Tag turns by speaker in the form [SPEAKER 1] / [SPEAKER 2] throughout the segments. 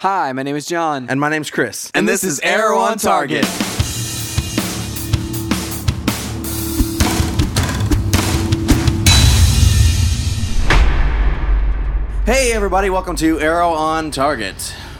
[SPEAKER 1] Hi, my name is John.
[SPEAKER 2] And my name's Chris.
[SPEAKER 1] And this is Arrow on Target.
[SPEAKER 2] Hey, everybody, welcome to Arrow on Target.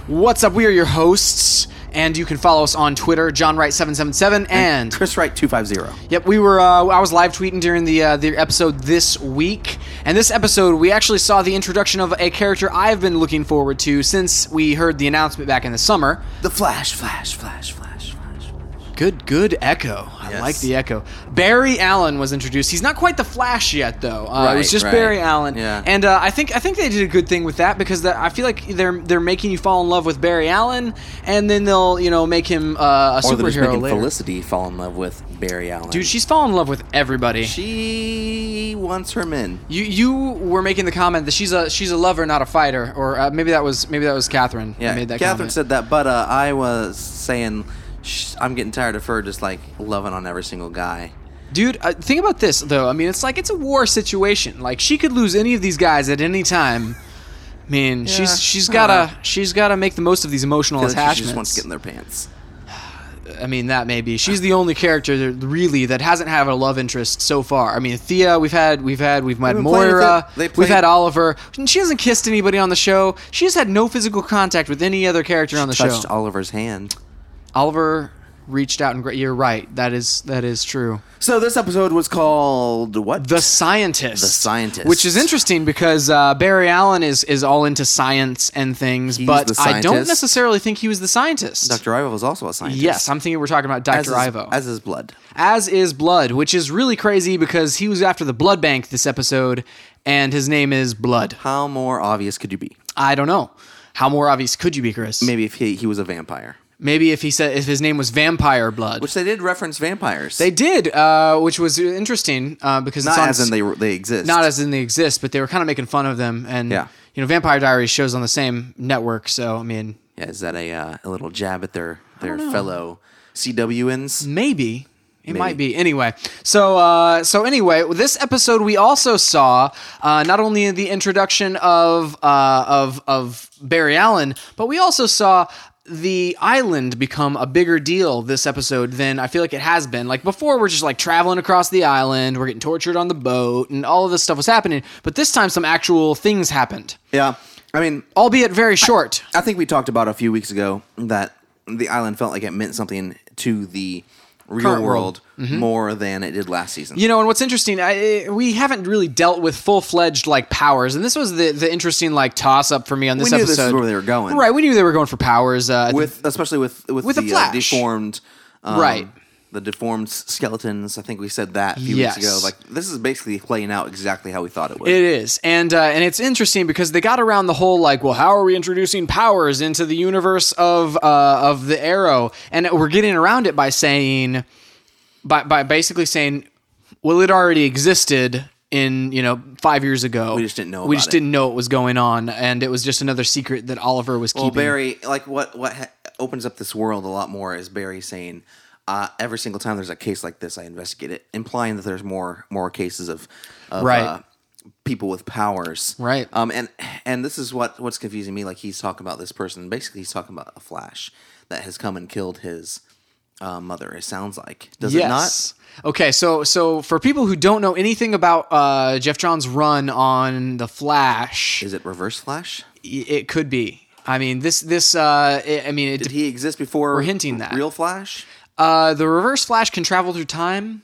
[SPEAKER 1] What's up? We are your hosts, and you can follow us on Twitter, John Wright seven seven seven, and
[SPEAKER 2] Chris Wright 250.
[SPEAKER 1] Yep, we were. Uh, I was live tweeting during the uh, the episode this week, and this episode we actually saw the introduction of a character I've been looking forward to since we heard the announcement back in the summer.
[SPEAKER 2] The Flash, Flash, Flash, Flash, Flash.
[SPEAKER 1] Good, good echo. I
[SPEAKER 2] Yes.
[SPEAKER 1] like the echo. Barry Allen was introduced. He's not quite the Flash yet, though. Uh, it was
[SPEAKER 2] Right,
[SPEAKER 1] just
[SPEAKER 2] right.
[SPEAKER 1] Barry Allen.
[SPEAKER 2] Yeah.
[SPEAKER 1] And uh, I think I think they did a good thing with that because that, I feel like they're they're making you fall in love with Barry Allen, and then they'll you know make him uh, a
[SPEAKER 2] Or they're just
[SPEAKER 1] superhero
[SPEAKER 2] making
[SPEAKER 1] later.
[SPEAKER 2] Felicity fall in love with Barry Allen.
[SPEAKER 1] Dude, she's fallen in love with everybody.
[SPEAKER 2] she wants her men.
[SPEAKER 1] you you were making the comment that she's a she's a lover, not a fighter, or uh, maybe that was maybe that was Catherine. who
[SPEAKER 2] Yeah,
[SPEAKER 1] made that
[SPEAKER 2] Catherine
[SPEAKER 1] comment.
[SPEAKER 2] said that, but uh, I was saying sh- I'm getting tired of her just like loving on every single guy.
[SPEAKER 1] Dude, uh, think about this though. I mean, it's like it's a war situation. Like she could lose any of these guys at any time. I mean, she's she's
[SPEAKER 2] I
[SPEAKER 1] gotta
[SPEAKER 2] don't know.
[SPEAKER 1] she's gotta make the most of these emotional
[SPEAKER 2] Because
[SPEAKER 1] attachments.
[SPEAKER 2] she just wants to get in their pants.
[SPEAKER 1] I mean, that may be. She's the only character that really that hasn't had a love interest so far. I mean, Thea, we've had, we've had, we've had
[SPEAKER 2] been playing with
[SPEAKER 1] Moira,
[SPEAKER 2] it. They
[SPEAKER 1] we've
[SPEAKER 2] played-
[SPEAKER 1] had Oliver. And She hasn't kissed anybody on the show. She's had no physical contact with any other character on the show.
[SPEAKER 2] Touched Oliver's hand.
[SPEAKER 1] Oliver reached out and gra- you're right. That is that is true.
[SPEAKER 2] So this episode was called what?
[SPEAKER 1] The Scientist. The
[SPEAKER 2] Scientist.
[SPEAKER 1] Which is interesting because uh, Barry Allen is is all into science and things,
[SPEAKER 2] He's
[SPEAKER 1] but
[SPEAKER 2] the
[SPEAKER 1] I don't
[SPEAKER 2] scientist.
[SPEAKER 1] necessarily think he was the scientist.
[SPEAKER 2] Dr. Ivo was also a scientist.
[SPEAKER 1] Yes, I'm thinking we're talking about
[SPEAKER 2] as
[SPEAKER 1] Dr.
[SPEAKER 2] his,
[SPEAKER 1] Ivo.
[SPEAKER 2] as his blood.
[SPEAKER 1] As is Blood, which is really crazy because he was after the blood bank this episode, and his name is Blood.
[SPEAKER 2] How more obvious could you be?
[SPEAKER 1] I don't know. How more obvious could you be, Chris?
[SPEAKER 2] Maybe if he, he was a vampire,
[SPEAKER 1] Maybe if he said if his name was Vampire Blood,
[SPEAKER 2] which they did reference vampires.
[SPEAKER 1] they did, uh, which was interesting uh, because
[SPEAKER 2] not
[SPEAKER 1] it's on
[SPEAKER 2] as in they they exist.
[SPEAKER 1] not as in they exist, but they were kind of making fun of them. And
[SPEAKER 2] Yeah.
[SPEAKER 1] you know, Vampire Diaries shows on the same network, so I mean,
[SPEAKER 2] yeah, is that a uh, a little jab at their their fellow CWNs?
[SPEAKER 1] maybe it might be. Anyway, so uh, so anyway, with this episode we also saw uh, not only the introduction of uh, of of Barry Allen, but we also saw. The island become a bigger deal this episode than I feel like it has been. Like before, we're just like traveling across the island, we're getting tortured on the boat, and all of this stuff was happening. But this time, some actual things happened,
[SPEAKER 2] Yeah, I mean,
[SPEAKER 1] albeit very short.
[SPEAKER 2] I think we talked about a few weeks ago that the island felt like it meant something to the real
[SPEAKER 1] Current world. Mm-hmm.
[SPEAKER 2] world, more than it did last season.
[SPEAKER 1] You know, and what's interesting, I, eh, we haven't really dealt with full fledged like powers, and this was the the interesting like toss up for me on this
[SPEAKER 2] knew
[SPEAKER 1] episode.
[SPEAKER 2] this is where they were going.
[SPEAKER 1] right? We knew they were going for powers. Uh,
[SPEAKER 2] with especially with with,
[SPEAKER 1] With
[SPEAKER 2] the
[SPEAKER 1] the
[SPEAKER 2] uh,
[SPEAKER 1] Flash.
[SPEAKER 2] deformed um,
[SPEAKER 1] Right.
[SPEAKER 2] the deformed s- skeletons i think we said that a few
[SPEAKER 1] Yes.
[SPEAKER 2] weeks ago like this is basically playing out exactly how we thought it would
[SPEAKER 1] it is, and uh, and it's interesting because they got around the whole like, well, how are we introducing powers into the universe of uh, of the Arrow? And we're getting around it by saying, by by basically saying, well, it already existed in you know five years ago. We
[SPEAKER 2] just didn't know
[SPEAKER 1] We
[SPEAKER 2] about
[SPEAKER 1] just
[SPEAKER 2] it.
[SPEAKER 1] didn't know it was going on, and it was just another secret that Oliver was
[SPEAKER 2] well
[SPEAKER 1] keeping.
[SPEAKER 2] barry like what what ha- opens up this world a lot more is barry saying uh, every single time there's a case like this i investigate it implying that there's more more cases of, of
[SPEAKER 1] Right.
[SPEAKER 2] uh, people with powers
[SPEAKER 1] Right.
[SPEAKER 2] um and and this is what what's confusing me like he's talking about this person basically he's talking about a flash that has come and killed his uh, mother it sounds like does it not
[SPEAKER 1] Okay, so so for people who don't know anything about uh, Jeff John's run on the Flash,
[SPEAKER 2] Is it Reverse Flash?
[SPEAKER 1] i- it could be. I mean, this this uh, i I mean, it,
[SPEAKER 2] Did he exist before? We're
[SPEAKER 1] hinting that.
[SPEAKER 2] real Flash.
[SPEAKER 1] uh, the Reverse Flash can travel through time.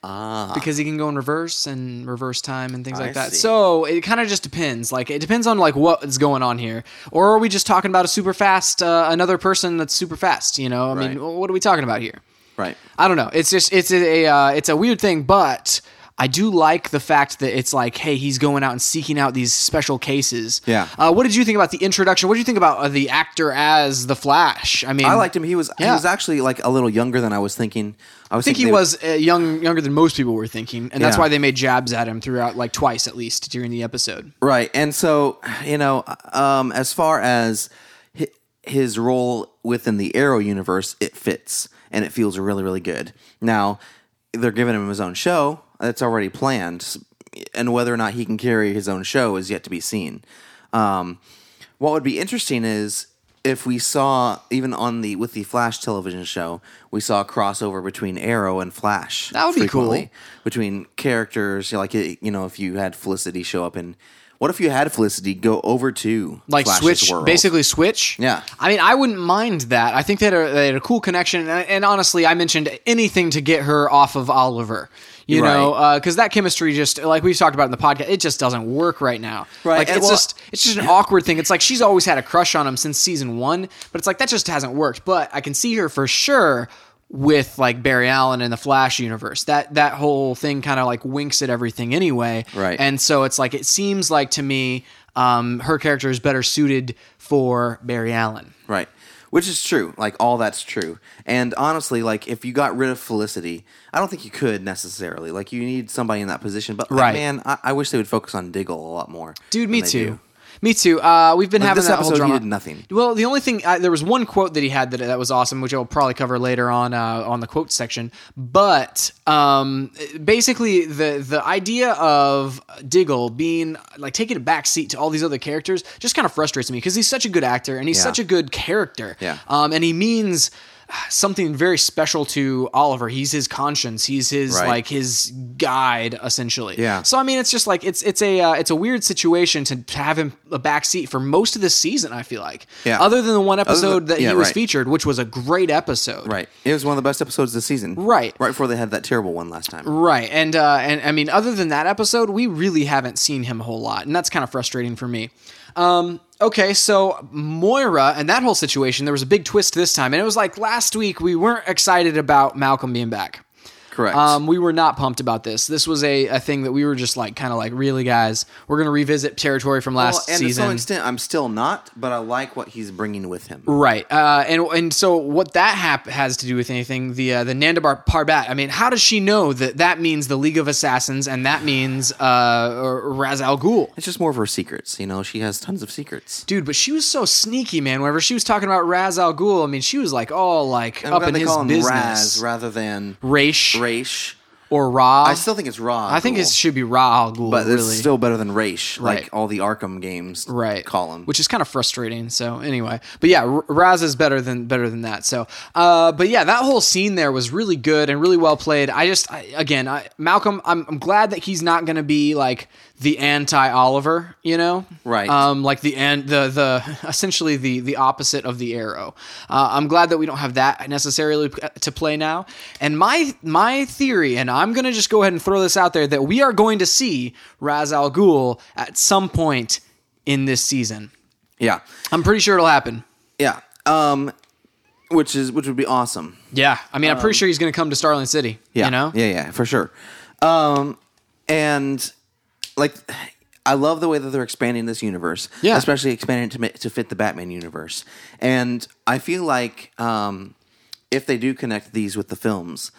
[SPEAKER 1] Because he can go in reverse and reverse time and things like that.
[SPEAKER 2] Ah. see.
[SPEAKER 1] So it kind of just depends. Like it depends on like what is going on here, or are we just talking about a super fast uh, another person that's super fast? You know, I mean,
[SPEAKER 2] Right.
[SPEAKER 1] what are we talking about here?
[SPEAKER 2] Right.
[SPEAKER 1] I don't know. It's just it's a uh, it's a weird thing, but I do like the fact that it's like, hey, he's going out and seeking out these special cases.
[SPEAKER 2] Yeah.
[SPEAKER 1] Uh, what did you think about the introduction? What did you think about uh, the actor as the Flash? I mean,
[SPEAKER 2] I liked him. He was he
[SPEAKER 1] Yeah.
[SPEAKER 2] was actually like a little younger than I was thinking. I
[SPEAKER 1] I
[SPEAKER 2] was
[SPEAKER 1] think he
[SPEAKER 2] they-
[SPEAKER 1] was uh, young, younger than most people were thinking, and that's
[SPEAKER 2] Yeah.
[SPEAKER 1] why they made jabs at him throughout, like twice at least during the episode.
[SPEAKER 2] right. And so you know, um, as far as hi- his role within the Arrow universe, it fits and it feels really really good. Now they're giving him his own show that's already planned, and whether or not he can carry his own show is yet to be seen. Um, what would be interesting is if we saw even on the with the Flash television show, we saw a crossover between Arrow and Flash.
[SPEAKER 1] That would be cool.
[SPEAKER 2] frequently, Between characters, you know, like you know, if you had Felicity show up and what if you had Felicity go over to
[SPEAKER 1] like
[SPEAKER 2] Flash's
[SPEAKER 1] switch
[SPEAKER 2] world?
[SPEAKER 1] basically switch
[SPEAKER 2] Yeah.
[SPEAKER 1] i mean i wouldn't mind that i think they had a, they had a cool connection and, and honestly i mentioned anything to get her off of oliver you
[SPEAKER 2] Right.
[SPEAKER 1] know because that chemistry just like we've talked about in the podcast it just doesn't work right now
[SPEAKER 2] Right,
[SPEAKER 1] like
[SPEAKER 2] and
[SPEAKER 1] it's
[SPEAKER 2] well-
[SPEAKER 1] just it's just an awkward thing it's like she's always had a crush on him since season one but it's like that just hasn't worked but i can see her for sure with like Barry Allen and the Flash universe, that that whole thing kind of like winks at everything anyway,
[SPEAKER 2] Right.
[SPEAKER 1] and so it's like it seems like to me, um, her character is better suited for Barry Allen.
[SPEAKER 2] Right. Which is true. Like all that's true. And honestly, like if you got rid of Felicity, I don't think you could necessarily. Like you need somebody in that position. But like,
[SPEAKER 1] Right.
[SPEAKER 2] man, I-, I wish they would focus on Diggle a lot more.
[SPEAKER 1] Dude,
[SPEAKER 2] than
[SPEAKER 1] me
[SPEAKER 2] they
[SPEAKER 1] too.
[SPEAKER 2] do.
[SPEAKER 1] Me too. Uh, we've been having
[SPEAKER 2] this
[SPEAKER 1] that whole
[SPEAKER 2] episode, he
[SPEAKER 1] drama.
[SPEAKER 2] did nothing.
[SPEAKER 1] Well, the only thing uh, there was one quote that he had that that was awesome, which I'll probably cover later on uh, on the quote section. But um, basically, the the idea of Diggle being like taking a back seat to all these other characters just kind of frustrates me because he's such a good actor and he's
[SPEAKER 2] Yeah.
[SPEAKER 1] such a good character.
[SPEAKER 2] Yeah.
[SPEAKER 1] Um, and he means uh, something very special to Oliver. He's his conscience. He's his
[SPEAKER 2] Right.
[SPEAKER 1] like his guide essentially.
[SPEAKER 2] Yeah.
[SPEAKER 1] So I mean, it's just like it's it's a uh, it's a weird situation to, to have him a backseat for most of this season. I feel like.
[SPEAKER 2] Yeah.
[SPEAKER 1] Other than the one episode that
[SPEAKER 2] yeah,
[SPEAKER 1] he was
[SPEAKER 2] right.
[SPEAKER 1] featured, which was a great episode.
[SPEAKER 2] Right. It was one of the best episodes this season.
[SPEAKER 1] Right.
[SPEAKER 2] Right before they had that terrible one last time.
[SPEAKER 1] Right. And uh, and I mean, other than that episode, we really haven't seen him a whole lot, and that's kind of frustrating for me. Um, okay, so Moira and that whole situation, there was a big twist this time, and it was like last week we weren't excited about Malcolm being back.
[SPEAKER 2] Correct.
[SPEAKER 1] Um, we were not pumped about this. This was a, a thing that we were just like, kind of like, really, guys, we're gonna revisit territory from
[SPEAKER 2] Well,
[SPEAKER 1] last
[SPEAKER 2] and to
[SPEAKER 1] season.
[SPEAKER 2] some extent, I'm still not, but I like what he's bringing with him.
[SPEAKER 1] Right, uh, and and so what that hap- has to do with anything? The uh, the Nanda Bar- Parbat. I mean, how does she know that that means the League of Assassins and that means uh, or- or Ra's al Ghul?
[SPEAKER 2] It's just more of her secrets. You know, she has tons of secrets.
[SPEAKER 1] Dude, but she was so sneaky, man. Whenever she was talking about Ra's al Ghul, I mean, she was like all like
[SPEAKER 2] I'm
[SPEAKER 1] up
[SPEAKER 2] glad
[SPEAKER 1] in
[SPEAKER 2] they
[SPEAKER 1] his
[SPEAKER 2] call him Raz
[SPEAKER 1] business,
[SPEAKER 2] rather than
[SPEAKER 1] Raish
[SPEAKER 2] Raish.
[SPEAKER 1] or Ra.
[SPEAKER 2] I still think it's Ra.
[SPEAKER 1] I think it should be Ra al Ghul.
[SPEAKER 2] But
[SPEAKER 1] really.
[SPEAKER 2] it's still better than Raish,
[SPEAKER 1] Right.
[SPEAKER 2] like all the Arkham games.
[SPEAKER 1] right
[SPEAKER 2] Call him.
[SPEAKER 1] which is kind of frustrating so anyway but yeah R- raz is better than better than that so uh but yeah that whole scene there was really good and really well played i just I, again I, malcolm I'm, I'm glad that he's not gonna be like the anti oliver you know
[SPEAKER 2] Right.
[SPEAKER 1] um like the and the the essentially the the opposite of the arrow uh, i'm glad that we don't have that necessarily p- to play now and my my theory and i'm gonna just go ahead and throw this out there that we are going to see raz al ghul at some point in this season.
[SPEAKER 2] yeah,
[SPEAKER 1] I'm pretty sure it'll happen.
[SPEAKER 2] yeah. Um, which is which would be awesome.
[SPEAKER 1] Yeah, I mean, I'm pretty sure he's going to come to Starling City.
[SPEAKER 2] Um, Yeah,
[SPEAKER 1] you know,
[SPEAKER 2] yeah, yeah, for sure. Um, and like, I love the way that they're expanding this universe.
[SPEAKER 1] Yeah.
[SPEAKER 2] especially expanding it to ma- to fit the Batman universe. And I feel like um, if they do connect these with the films,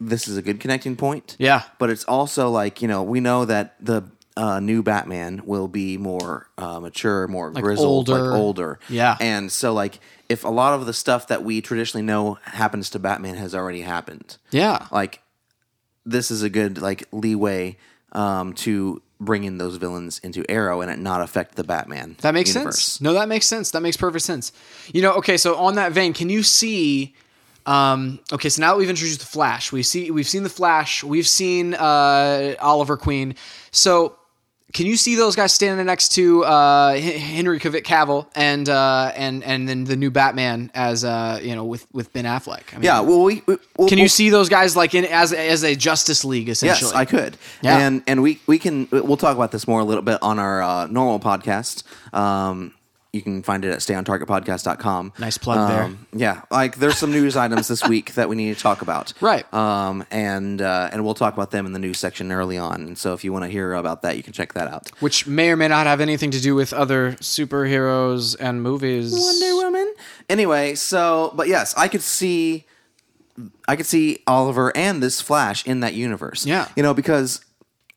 [SPEAKER 2] this is a good connecting point.
[SPEAKER 1] Yeah.
[SPEAKER 2] But it's also like, you know, we know that the uh, new Batman will be more uh, mature, more grizzled,
[SPEAKER 1] older.
[SPEAKER 2] like older.
[SPEAKER 1] Yeah.
[SPEAKER 2] And so, like, if a lot of the stuff that we traditionally know happens to Batman has already happened,
[SPEAKER 1] yeah,
[SPEAKER 2] like, this is a good, like, leeway um, to bring in those villains into Arrow and it not affect the Batman.
[SPEAKER 1] that makes
[SPEAKER 2] universe.
[SPEAKER 1] sense. No, that makes sense. That makes perfect sense. You know, okay. So on that vein, can you see? Um, okay, so now that we've introduced the Flash, we see we've seen the Flash, we've seen uh, Oliver Queen. So can you see those guys standing next to uh, H- Henry Cavill- Cavill and uh, and and then the new Batman as uh, you know with with Ben Affleck? I mean,
[SPEAKER 2] Yeah. Well, we, we we'll-
[SPEAKER 1] Can you see those guys like in as as a Justice League essentially?
[SPEAKER 2] Yes, I could.
[SPEAKER 1] Yeah.
[SPEAKER 2] And and we we can we'll talk about this more a little bit on our uh, normal podcast. Um, you can find it at stayontargetpodcast.com.
[SPEAKER 1] Nice plug
[SPEAKER 2] Um, Yeah, like there's some news items this week that we need to talk about.
[SPEAKER 1] Right.
[SPEAKER 2] Um, and uh, and we'll talk about them in the news section early on. And so if you want to hear about that, you can check that out.
[SPEAKER 1] which may or may not have anything to do with other superheroes and movies.
[SPEAKER 2] Wonder Woman. Anyway, so but yes, I could see, I could see Oliver and this Flash in that universe.
[SPEAKER 1] Yeah.
[SPEAKER 2] you know because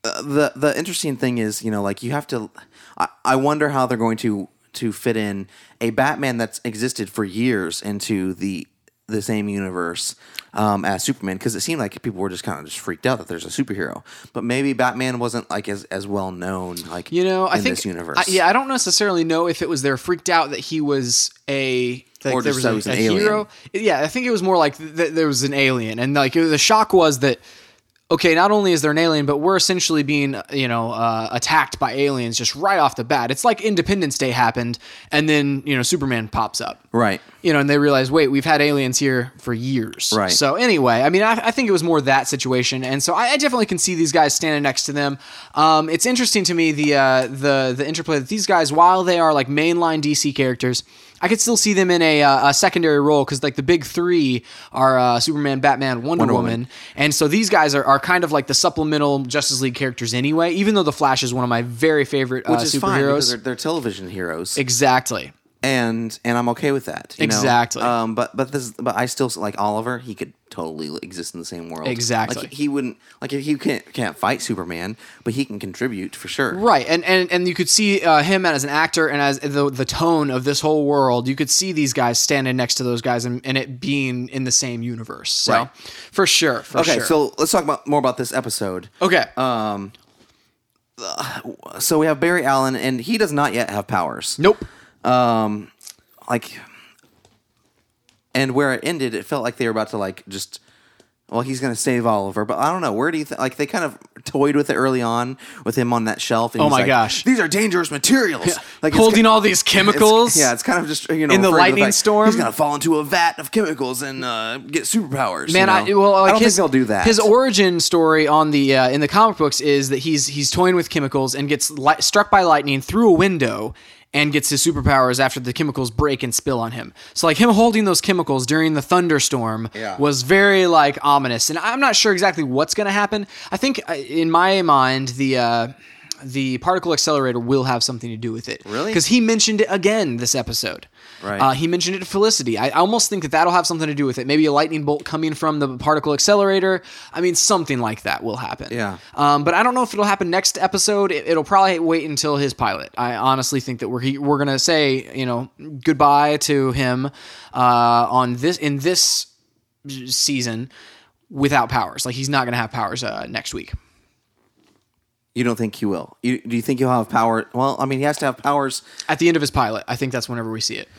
[SPEAKER 2] uh, the the interesting thing is you know like you have to. I, I wonder how they're going to to fit in a Batman that's existed for years into the the same universe um, as Superman because it seemed like people were just kind of just freaked out that there's a superhero. But maybe Batman wasn't like as, as well known like
[SPEAKER 1] You know, I
[SPEAKER 2] in
[SPEAKER 1] think
[SPEAKER 2] this universe.
[SPEAKER 1] I- yeah, I don't necessarily know if it was they're freaked out that he was a like
[SPEAKER 2] Or
[SPEAKER 1] there
[SPEAKER 2] just
[SPEAKER 1] was
[SPEAKER 2] that
[SPEAKER 1] a,
[SPEAKER 2] he was
[SPEAKER 1] a
[SPEAKER 2] an alien.
[SPEAKER 1] hero. Yeah, I think it was more like th- th- there was an alien, and like the shock was that okay, not only is there an alien, but we're essentially being you know uh, attacked by aliens just right off the bat. It's like Independence Day happened, and then you know Superman pops up.
[SPEAKER 2] Right.
[SPEAKER 1] You know, and they realize, wait, we've had aliens here for years.
[SPEAKER 2] Right.
[SPEAKER 1] So anyway, I mean, I, I think it was more that situation, and so I, I definitely can see these guys standing next to them. Um, it's interesting to me the uh, the the interplay that these guys, while they are like mainline DC characters, I could still see them in a, uh, a secondary role because like the big three are uh, Superman, Batman, Wonder,
[SPEAKER 2] Wonder
[SPEAKER 1] Woman.
[SPEAKER 2] Woman.
[SPEAKER 1] and so these guys are, are kind of like the supplemental Justice League characters anyway. Even though the Flash is one of my very favorite uh,
[SPEAKER 2] Which is fine because
[SPEAKER 1] superheroes,
[SPEAKER 2] they're, they're television heroes.
[SPEAKER 1] exactly.
[SPEAKER 2] and and I'm okay with that. you know?
[SPEAKER 1] Exactly.
[SPEAKER 2] Um, but but this but I still like Oliver. He could totally exist in the same world.
[SPEAKER 1] Exactly.
[SPEAKER 2] Like he wouldn't like if he can't can't fight Superman, but he can contribute for sure.
[SPEAKER 1] Right, and and and you could see uh, him as an actor and as the the tone of this whole world. You could see these guys standing next to those guys and, and it being in the same universe. So
[SPEAKER 2] Right.
[SPEAKER 1] for sure, for
[SPEAKER 2] Okay,
[SPEAKER 1] sure.
[SPEAKER 2] so uh, let's talk about more about this episode.
[SPEAKER 1] okay,
[SPEAKER 2] So we have Barry Allen, and he does not yet have powers.
[SPEAKER 1] nope.
[SPEAKER 2] Like, and where it ended, it felt like they were about to like just. Well, he's gonna save Oliver, but I don't know. Where do you th- like? They kind of toyed with it early on with him on that shelf. And
[SPEAKER 1] Oh
[SPEAKER 2] he's
[SPEAKER 1] my
[SPEAKER 2] like,
[SPEAKER 1] gosh.
[SPEAKER 2] these are dangerous materials. Like it's
[SPEAKER 1] Holding all these
[SPEAKER 2] It's-
[SPEAKER 1] chemicals.
[SPEAKER 2] yeah, it's kind of just you know
[SPEAKER 1] In the
[SPEAKER 2] referring to
[SPEAKER 1] lightning
[SPEAKER 2] fact
[SPEAKER 1] storm?
[SPEAKER 2] He's gonna fall into a vat of chemicals and uh, get superpowers.
[SPEAKER 1] Man,
[SPEAKER 2] you
[SPEAKER 1] I,
[SPEAKER 2] know?
[SPEAKER 1] well, like
[SPEAKER 2] I don't
[SPEAKER 1] his,
[SPEAKER 2] think they'll do that.
[SPEAKER 1] His origin story on the uh, in the comic books is that he's he's toying with chemicals and gets li- struck by lightning through a window and gets his superpowers after the chemicals break and spill on him. So like him holding those chemicals during the thunderstorm
[SPEAKER 2] Yeah.
[SPEAKER 1] was very like ominous. And I'm not sure exactly what's going to happen. I think uh, in my mind the uh, the particle accelerator will have something to do with it.
[SPEAKER 2] Really?
[SPEAKER 1] Because he mentioned it again this episode.
[SPEAKER 2] Right.
[SPEAKER 1] Uh, he mentioned it to Felicity. I I almost think that that'll have something to do with it. Maybe a lightning bolt coming from the particle accelerator. I mean, something like that will happen.
[SPEAKER 2] Yeah.
[SPEAKER 1] Um, but I don't know if it'll happen next episode. It, will probably wait until his pilot. I honestly think that we're he, we're gonna say you know goodbye to him uh, on this in this season without powers. Like he's not gonna have powers uh, next week.
[SPEAKER 2] you don't think he will? You, do you think he'll have power? Well, I mean, he has to have powers.
[SPEAKER 1] At the end of his pilot, I think that's whenever we see it.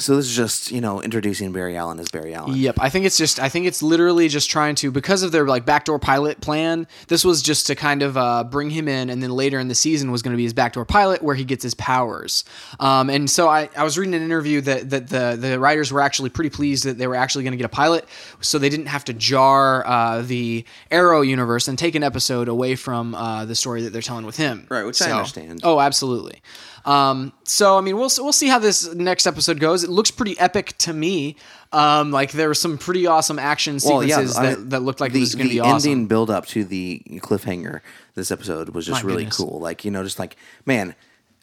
[SPEAKER 2] So this is just you know introducing Barry Allen as Barry Allen.
[SPEAKER 1] Yep, I think it's just I think it's literally just trying to because of their like backdoor pilot plan. This was just to kind of uh, bring him in, and then later in the season was going to be his backdoor pilot where he gets his powers. Um, and so I, I was reading an interview that that the the writers were actually pretty pleased that they were actually going to get a pilot, so they didn't have to jar uh, the Arrow universe and take an episode away from uh, the story that they're telling with him.
[SPEAKER 2] Right, which I
[SPEAKER 1] So-
[SPEAKER 2] understand.
[SPEAKER 1] Oh, absolutely. Um, so I mean, we'll we'll see how this next episode goes. It looks pretty epic to me. Um, like there were some pretty awesome action
[SPEAKER 2] Well,
[SPEAKER 1] sequences
[SPEAKER 2] yeah, I
[SPEAKER 1] that,
[SPEAKER 2] mean,
[SPEAKER 1] that looked like
[SPEAKER 2] the,
[SPEAKER 1] it was going to
[SPEAKER 2] the
[SPEAKER 1] be awesome.
[SPEAKER 2] ending build up to the cliffhanger. This episode was just
[SPEAKER 1] My
[SPEAKER 2] really
[SPEAKER 1] goodness.
[SPEAKER 2] cool. Like you know, just like man,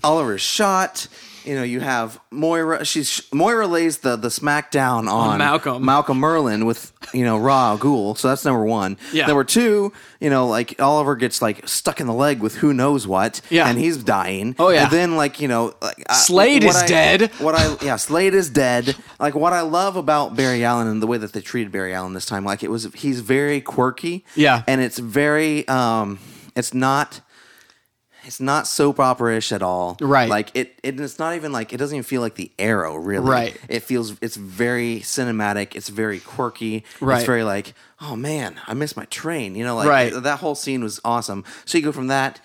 [SPEAKER 2] Oliver's shot. You know, you have Moira. She's Moira lays the the smackdown on,
[SPEAKER 1] Malcolm.
[SPEAKER 2] Malcolm Merlin with you know Raw Ghoul. So that's number one.
[SPEAKER 1] Yeah.
[SPEAKER 2] Number two, you know, like Oliver gets like stuck in the leg with who knows what.
[SPEAKER 1] Yeah.
[SPEAKER 2] And he's dying.
[SPEAKER 1] Oh, yeah.
[SPEAKER 2] And then like you know, like, I-
[SPEAKER 1] Slade
[SPEAKER 2] what
[SPEAKER 1] is
[SPEAKER 2] I-
[SPEAKER 1] dead.
[SPEAKER 2] what I yeah, Slade is dead. Like what I love about Barry Allen and the way that they treated Barry Allen this time, like it was he's very quirky.
[SPEAKER 1] Yeah.
[SPEAKER 2] And it's very um it's not it's not soap opera-ish at all.
[SPEAKER 1] Right.
[SPEAKER 2] Like it, it it's not even like it doesn't even feel like the arrow really.
[SPEAKER 1] Right.
[SPEAKER 2] It feels it's very cinematic, it's very quirky.
[SPEAKER 1] Right.
[SPEAKER 2] It's very like, oh man, I missed my train. You know, like
[SPEAKER 1] Right.
[SPEAKER 2] that whole scene was awesome. So you go from that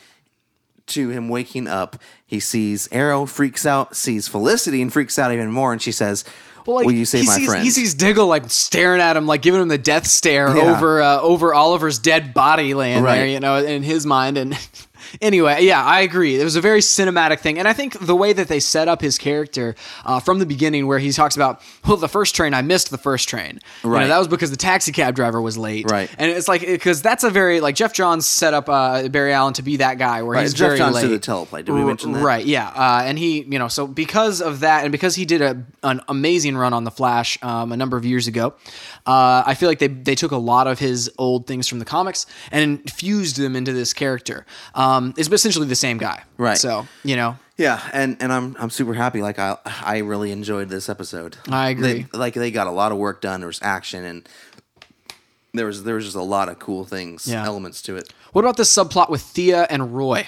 [SPEAKER 2] to him waking up, he sees Arrow, freaks out, sees Felicity, and freaks out even more. And she says,
[SPEAKER 1] Well,
[SPEAKER 2] "Will you save
[SPEAKER 1] he
[SPEAKER 2] my
[SPEAKER 1] sees,
[SPEAKER 2] friend?"
[SPEAKER 1] He sees Diggle like staring at him, like giving him the death stare
[SPEAKER 2] Yeah.
[SPEAKER 1] over uh, over Oliver's dead body laying there,
[SPEAKER 2] Right.
[SPEAKER 1] you know, in his mind. And anyway, yeah, I agree. It was a very cinematic thing, and I think the way that they set up his character uh, from the beginning, where he talks about, "Well, the first train, I missed the first train." You know,
[SPEAKER 2] Right.
[SPEAKER 1] that was because the taxi cab driver was late.
[SPEAKER 2] Right.
[SPEAKER 1] And it's like because that's a very like Jeff Johns set up uh, Barry Allen to be that guy where
[SPEAKER 2] Right,
[SPEAKER 1] he's
[SPEAKER 2] Jeff
[SPEAKER 1] very
[SPEAKER 2] Johns
[SPEAKER 1] late.
[SPEAKER 2] did the teleplay. Did we
[SPEAKER 1] R-
[SPEAKER 2] mention that?
[SPEAKER 1] Right. Yeah. Uh, and he, you know, so because of that, and because he did a an amazing run on the Flash um, a number of years ago, uh, I feel like they they took a lot of his old things from the comics and fused them into this character. Um, um, is essentially the same guy.
[SPEAKER 2] Right.
[SPEAKER 1] So you know,
[SPEAKER 2] Yeah, and and I'm I'm super happy. Like I I really enjoyed this episode.
[SPEAKER 1] I agree.
[SPEAKER 2] They- like they got a lot of work done. There was action and there was there was just a lot of cool things,
[SPEAKER 1] Yeah.
[SPEAKER 2] elements to it.
[SPEAKER 1] what about this subplot with Thea and Roy?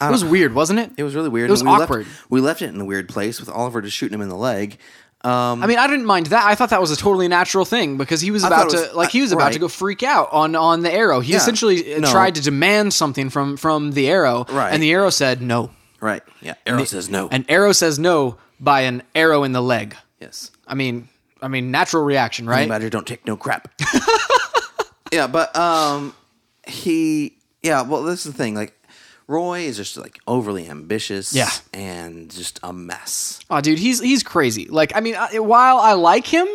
[SPEAKER 1] It was weird, wasn't it?
[SPEAKER 2] It was really weird.
[SPEAKER 1] It was
[SPEAKER 2] and we
[SPEAKER 1] awkward.
[SPEAKER 2] Left, we left it in a weird place with Oliver just shooting him in the leg. Um,
[SPEAKER 1] I mean, I didn't mind that. I thought that was a totally natural thing because he was about
[SPEAKER 2] thought it
[SPEAKER 1] to,
[SPEAKER 2] was-
[SPEAKER 1] like, he was about
[SPEAKER 2] right.
[SPEAKER 1] to go freak out on on the arrow. He essentially uh,
[SPEAKER 2] No.
[SPEAKER 1] tried to demand something from from the arrow,
[SPEAKER 2] Right.
[SPEAKER 1] and the arrow said no.
[SPEAKER 2] right? Yeah. Arrow says no.
[SPEAKER 1] And arrow says no by an arrow in the leg.
[SPEAKER 2] yes.
[SPEAKER 1] I mean, I mean, natural reaction, right?
[SPEAKER 2] Anybody don't take no crap. yeah, but um, he yeah. Well, this is the thing. Like, Roy is just like overly ambitious.
[SPEAKER 1] Yeah.
[SPEAKER 2] and just a mess.
[SPEAKER 1] Oh, dude, he's he's crazy. Like, I mean, I, while I like him,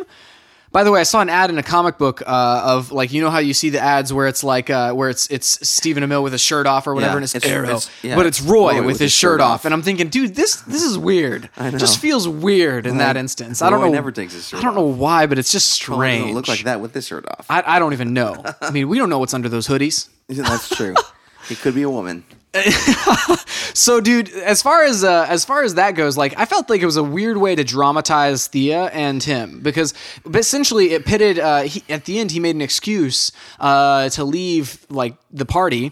[SPEAKER 1] by the way, I saw an ad in a comic book uh, of like you know how you see the ads where it's like uh, where it's it's Stephen Amell with his shirt off or whatever,
[SPEAKER 2] Yeah,
[SPEAKER 1] and it's,
[SPEAKER 2] it's-
[SPEAKER 1] Arrow,
[SPEAKER 2] it's- yeah,
[SPEAKER 1] but it's Roy, with, his, shirt off. and I'm thinking, dude, this this is weird.
[SPEAKER 2] know.
[SPEAKER 1] Just feels weird in that
[SPEAKER 2] Like,
[SPEAKER 1] instance. I don't
[SPEAKER 2] Roy
[SPEAKER 1] know.
[SPEAKER 2] never takes his shirt
[SPEAKER 1] I don't know why, but it's just
[SPEAKER 2] Well, it
[SPEAKER 1] strange.
[SPEAKER 2] doesn't look like that with this shirt off.
[SPEAKER 1] I, I don't even know. I mean, we don't know what's under those hoodies.
[SPEAKER 2] That's true. he could be a woman.
[SPEAKER 1] So, dude, as far as uh, as far as that goes, like I felt like it was a weird way to dramatize Thea and him because but essentially it pitted. Uh, he, at the end, he made an excuse uh, to leave like the party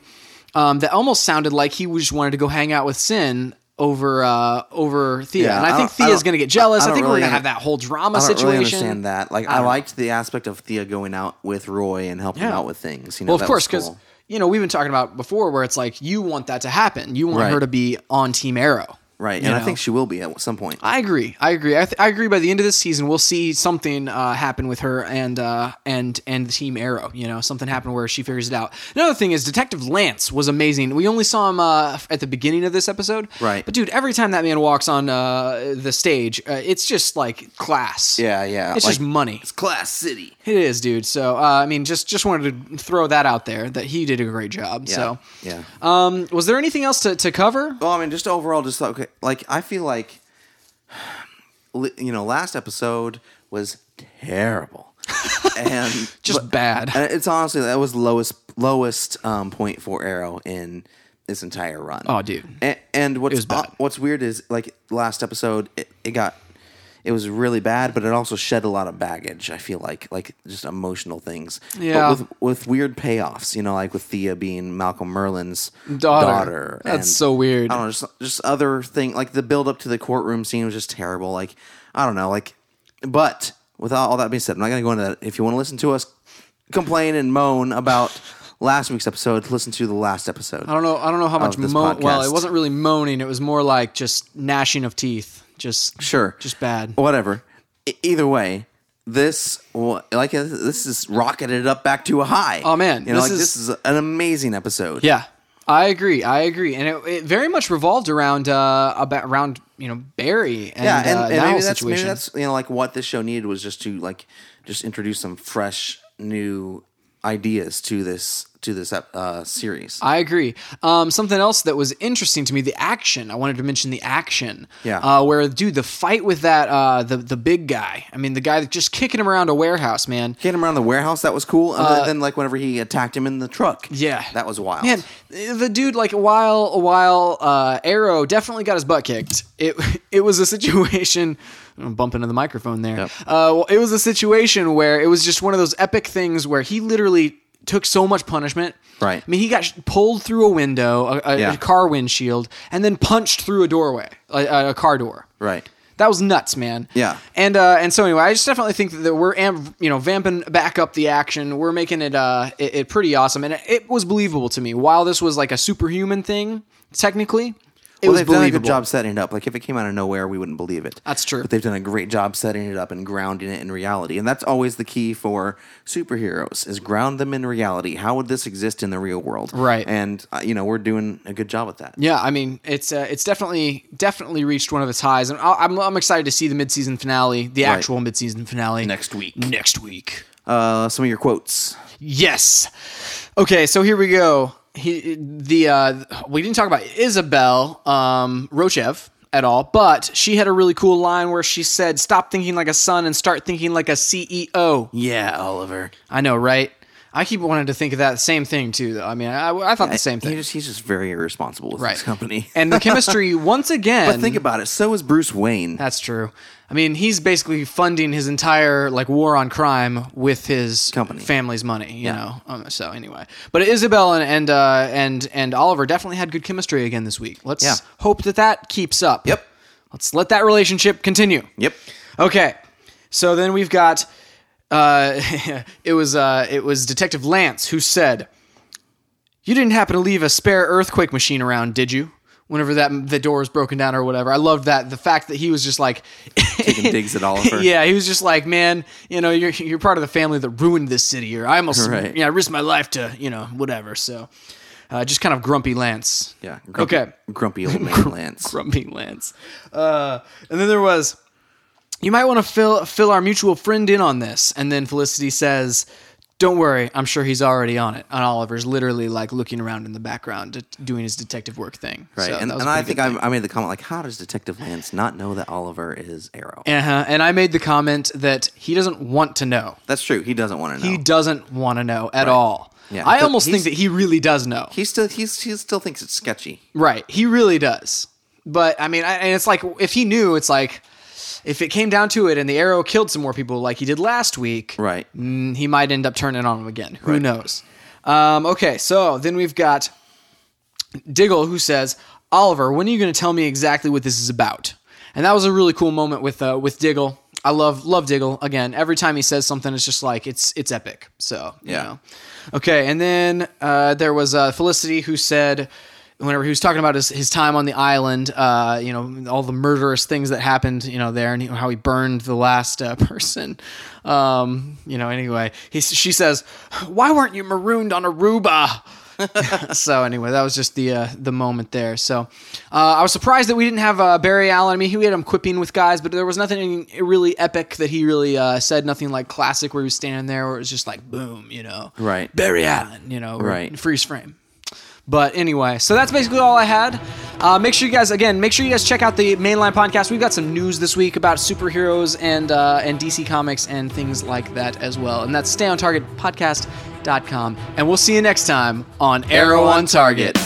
[SPEAKER 1] um, that almost sounded like he just wanted to go hang out with Sin over uh, over Thea,
[SPEAKER 2] Yeah,
[SPEAKER 1] and I,
[SPEAKER 2] I
[SPEAKER 1] think
[SPEAKER 2] don't- I
[SPEAKER 1] Thea's
[SPEAKER 2] don't-
[SPEAKER 1] gonna get jealous.
[SPEAKER 2] I
[SPEAKER 1] I,
[SPEAKER 2] don't
[SPEAKER 1] think we're
[SPEAKER 2] really
[SPEAKER 1] gonna
[SPEAKER 2] under-
[SPEAKER 1] have that whole drama
[SPEAKER 2] I don't
[SPEAKER 1] situation.
[SPEAKER 2] really understand that. Like, I, liked the aspect of Thea going out with Roy and helping
[SPEAKER 1] Yeah.
[SPEAKER 2] out with things. You know,
[SPEAKER 1] Well, of
[SPEAKER 2] that
[SPEAKER 1] course, because
[SPEAKER 2] was cool.
[SPEAKER 1] you know we've been talking about before where it's like you want that to happen. You want
[SPEAKER 2] Right.
[SPEAKER 1] her to be on Team Arrow.
[SPEAKER 2] right,
[SPEAKER 1] you
[SPEAKER 2] and I
[SPEAKER 1] know?
[SPEAKER 2] think she will be at some point.
[SPEAKER 1] I agree. I agree. I, th- I agree. By the end of this season, we'll see something uh, happen with her and uh, and and the Team Arrow. You know, something happen where she figures it out. Another thing is Detective Lance was amazing. We only saw him uh, at the beginning of this episode,
[SPEAKER 2] Right.
[SPEAKER 1] But dude, every time that man walks on uh, the stage, uh, it's just like class.
[SPEAKER 2] Yeah, yeah.
[SPEAKER 1] it's
[SPEAKER 2] like,
[SPEAKER 1] just money.
[SPEAKER 2] it's class city.
[SPEAKER 1] It is, dude. So uh, I mean, just just wanted to throw that out there that he did a great job. So
[SPEAKER 2] yeah.
[SPEAKER 1] Um, was there anything else to, to cover?
[SPEAKER 2] Well, I mean, just overall, just like, okay, like I feel like, li- you know, last episode was terrible, and
[SPEAKER 1] Just
[SPEAKER 2] but-
[SPEAKER 1] bad.
[SPEAKER 2] and it's honestly that was lowest lowest um, point for Arrow in this entire run.
[SPEAKER 1] Oh, dude.
[SPEAKER 2] And, and what's
[SPEAKER 1] was bad.
[SPEAKER 2] uh, what's weird is like last episode, it, it got it was really bad, but it also shed a lot of baggage. I feel like like just emotional things.
[SPEAKER 1] Yeah.
[SPEAKER 2] But with with weird payoffs, you know, like with Thea being Malcolm Merlin's
[SPEAKER 1] Daughter.
[SPEAKER 2] daughter.
[SPEAKER 1] That's so weird.
[SPEAKER 2] I don't know, just just other thing like the build up to the courtroom scene was just terrible. Like I don't know, like but with all, all that being said, I'm not gonna go into that. If you want to listen to us complain and moan about last week's episode, listen to the last episode.
[SPEAKER 1] I don't know. I don't know how much
[SPEAKER 2] of this
[SPEAKER 1] moan. Well, it
[SPEAKER 2] podcast.
[SPEAKER 1] wasn't really moaning. It was more like just gnashing of teeth. Just
[SPEAKER 2] Sure,
[SPEAKER 1] Just bad.
[SPEAKER 2] Whatever. E- either way, this wa- like uh, this is rocketed up back to a high.
[SPEAKER 1] Oh, man,
[SPEAKER 2] you know,
[SPEAKER 1] this
[SPEAKER 2] like this is an amazing episode.
[SPEAKER 1] Yeah, I agree. I agree. And it, it very much revolved around uh about around you know Barry and,
[SPEAKER 2] yeah, and,
[SPEAKER 1] uh, Niall's
[SPEAKER 2] and maybe that's maybe
[SPEAKER 1] situation.
[SPEAKER 2] that's you know like what this show needed was just to like just introduce some fresh new ideas to this to this ep- uh, series.
[SPEAKER 1] I agree. Um, something else that was interesting to me, the action. I wanted to mention the action.
[SPEAKER 2] Yeah.
[SPEAKER 1] Uh, where dude, the fight with that uh the the big guy. I mean, the guy that just kicking him around a warehouse, man.
[SPEAKER 2] Getting him around the warehouse that was cool, and then- then like whenever he attacked him in the truck,
[SPEAKER 1] Uh, Yeah.
[SPEAKER 2] that was wild.
[SPEAKER 1] Man, the dude like while while uh, Arrow definitely got his butt kicked. It it was a situation. I'm bumping into the microphone there. Uh, well, it was a situation where it was just one of those epic things where he literally took so much punishment.
[SPEAKER 2] Right.
[SPEAKER 1] I mean, he got sh- pulled through a window, a, a,
[SPEAKER 2] Yeah.
[SPEAKER 1] a car windshield, and then punched through a doorway, a, a- a car door.
[SPEAKER 2] right?
[SPEAKER 1] That was nuts, man.
[SPEAKER 2] Yeah.
[SPEAKER 1] And uh, and so anyway, I just definitely think that we're am- you know vamping back up the action. We're making it uh it, it pretty awesome, and it, it was believable to me. While this was like a superhuman thing, technically, it
[SPEAKER 2] Well,
[SPEAKER 1] was
[SPEAKER 2] they've done a
[SPEAKER 1] believable.
[SPEAKER 2] good job setting it up. Like if it came out of nowhere, we wouldn't believe it.
[SPEAKER 1] That's true.
[SPEAKER 2] But they've done a great job setting it up and grounding it in reality, and that's always the key for superheroes: is ground them in reality. How would this exist in the real world?
[SPEAKER 1] Right.
[SPEAKER 2] And uh, you know we're doing a good job with that.
[SPEAKER 1] Yeah, I mean it's uh, it's definitely definitely reached one of its highs, and I- I'm I'm excited to see the midseason finale, the actual midseason finale
[SPEAKER 2] Next week.
[SPEAKER 1] Next week.
[SPEAKER 2] Uh, some of your quotes.
[SPEAKER 1] Yes. Okay, so here we go. He the uh we didn't talk about Isabel um Rochev at all, but she had a really cool line where she said, "Stop thinking like a son and start thinking like a CEO."
[SPEAKER 2] Yeah, Oliver.
[SPEAKER 1] E I know, right? I keep wanting to think of that same thing too. Though I mean, I, I thought the same
[SPEAKER 2] He
[SPEAKER 1] thing.
[SPEAKER 2] just, he's just very irresponsible with
[SPEAKER 1] Right.
[SPEAKER 2] his company.
[SPEAKER 1] and the chemistry once again.
[SPEAKER 2] Think about it. So is Bruce Wayne.
[SPEAKER 1] that's true. I mean, he's basically funding his entire like war on crime with his
[SPEAKER 2] Company.
[SPEAKER 1] family's money. You know. Um, so anyway, but Isabel and and uh, and and Oliver definitely had good chemistry again this week. Let's
[SPEAKER 2] Yeah.
[SPEAKER 1] hope that that keeps up.
[SPEAKER 2] Yep.
[SPEAKER 1] Let's let that relationship continue.
[SPEAKER 2] Yep.
[SPEAKER 1] Okay. So then we've got uh, it was uh, it was Detective Lance who said, "You didn't happen to leave a spare earthquake machine around, did you?" Whenever that the door was broken down or whatever, I loved that the fact that he was just like
[SPEAKER 2] Taking digs at Oliver.
[SPEAKER 1] yeah, he was just like, man, you know, you're you're part of the family that ruined this city, or I almost,
[SPEAKER 2] Right.
[SPEAKER 1] you know, I risked my life to, you know, whatever. So, uh, just kind of grumpy Lance.
[SPEAKER 2] Yeah. Grumpy,
[SPEAKER 1] Okay.
[SPEAKER 2] Grumpy old man Lance.
[SPEAKER 1] Grumpy Lance. Uh, and then there was, you might want to fill fill our mutual friend in on this. And then Felicity says, "Don't worry, I'm sure he's already on it." And Oliver's literally like looking around in the background, d- doing his detective work thing.
[SPEAKER 2] Right.
[SPEAKER 1] So
[SPEAKER 2] and
[SPEAKER 1] that was
[SPEAKER 2] and
[SPEAKER 1] a
[SPEAKER 2] I
[SPEAKER 1] pretty
[SPEAKER 2] think
[SPEAKER 1] good-
[SPEAKER 2] I, I made the comment like, how does Detective Lance not know that Oliver is Arrow?
[SPEAKER 1] Uh-huh. And I made the comment that he doesn't want to know.
[SPEAKER 2] That's true. He doesn't want to know.
[SPEAKER 1] He doesn't want to know at all.
[SPEAKER 2] Yeah.
[SPEAKER 1] I
[SPEAKER 2] But
[SPEAKER 1] almost think
[SPEAKER 2] he's-
[SPEAKER 1] that he really does know.
[SPEAKER 2] he still he's, he still thinks it's sketchy.
[SPEAKER 1] Right. He really does. But I mean, I, and it's like if he knew, it's like if it came down to it, and the arrow killed some more people, like he did last week.
[SPEAKER 2] Right.
[SPEAKER 1] mm, He might end up turning on him again. Who knows? Um, okay. So then we've got Diggle who says, "Oliver, when are you going to tell me exactly what this is about?" And that was a really cool moment with uh, with Diggle. I love love Diggle again. Every time he says something, it's just like it's it's epic. So you
[SPEAKER 2] Yeah.
[SPEAKER 1] know. Okay, and then uh, there was uh, Felicity who said, whenever he was talking about his, his time on the island, uh, you know, all the murderous things that happened, you know, there and how he burned the last uh, person. Um, you know, anyway, he, she says, Why weren't you marooned on Aruba? so anyway, that was just the uh, the moment there. So uh, I was surprised that we didn't have uh, Barry Allen. I mean, he had him quipping with guys, but there was nothing really epic that he really uh, said. Nothing like classic where he was standing there, where it was just like boom, you know,
[SPEAKER 2] Right.
[SPEAKER 1] Barry Allen, you know, or
[SPEAKER 2] Right.
[SPEAKER 1] freeze frame. But anyway, so that's basically all I had. Uh, make sure you guys again. Make sure you guys check out the mainline podcast. We've got some news this week about superheroes and uh, and DC comics and things like that as well. And that's stay on target podcast.com. And we'll see you next time on Arrow on Target.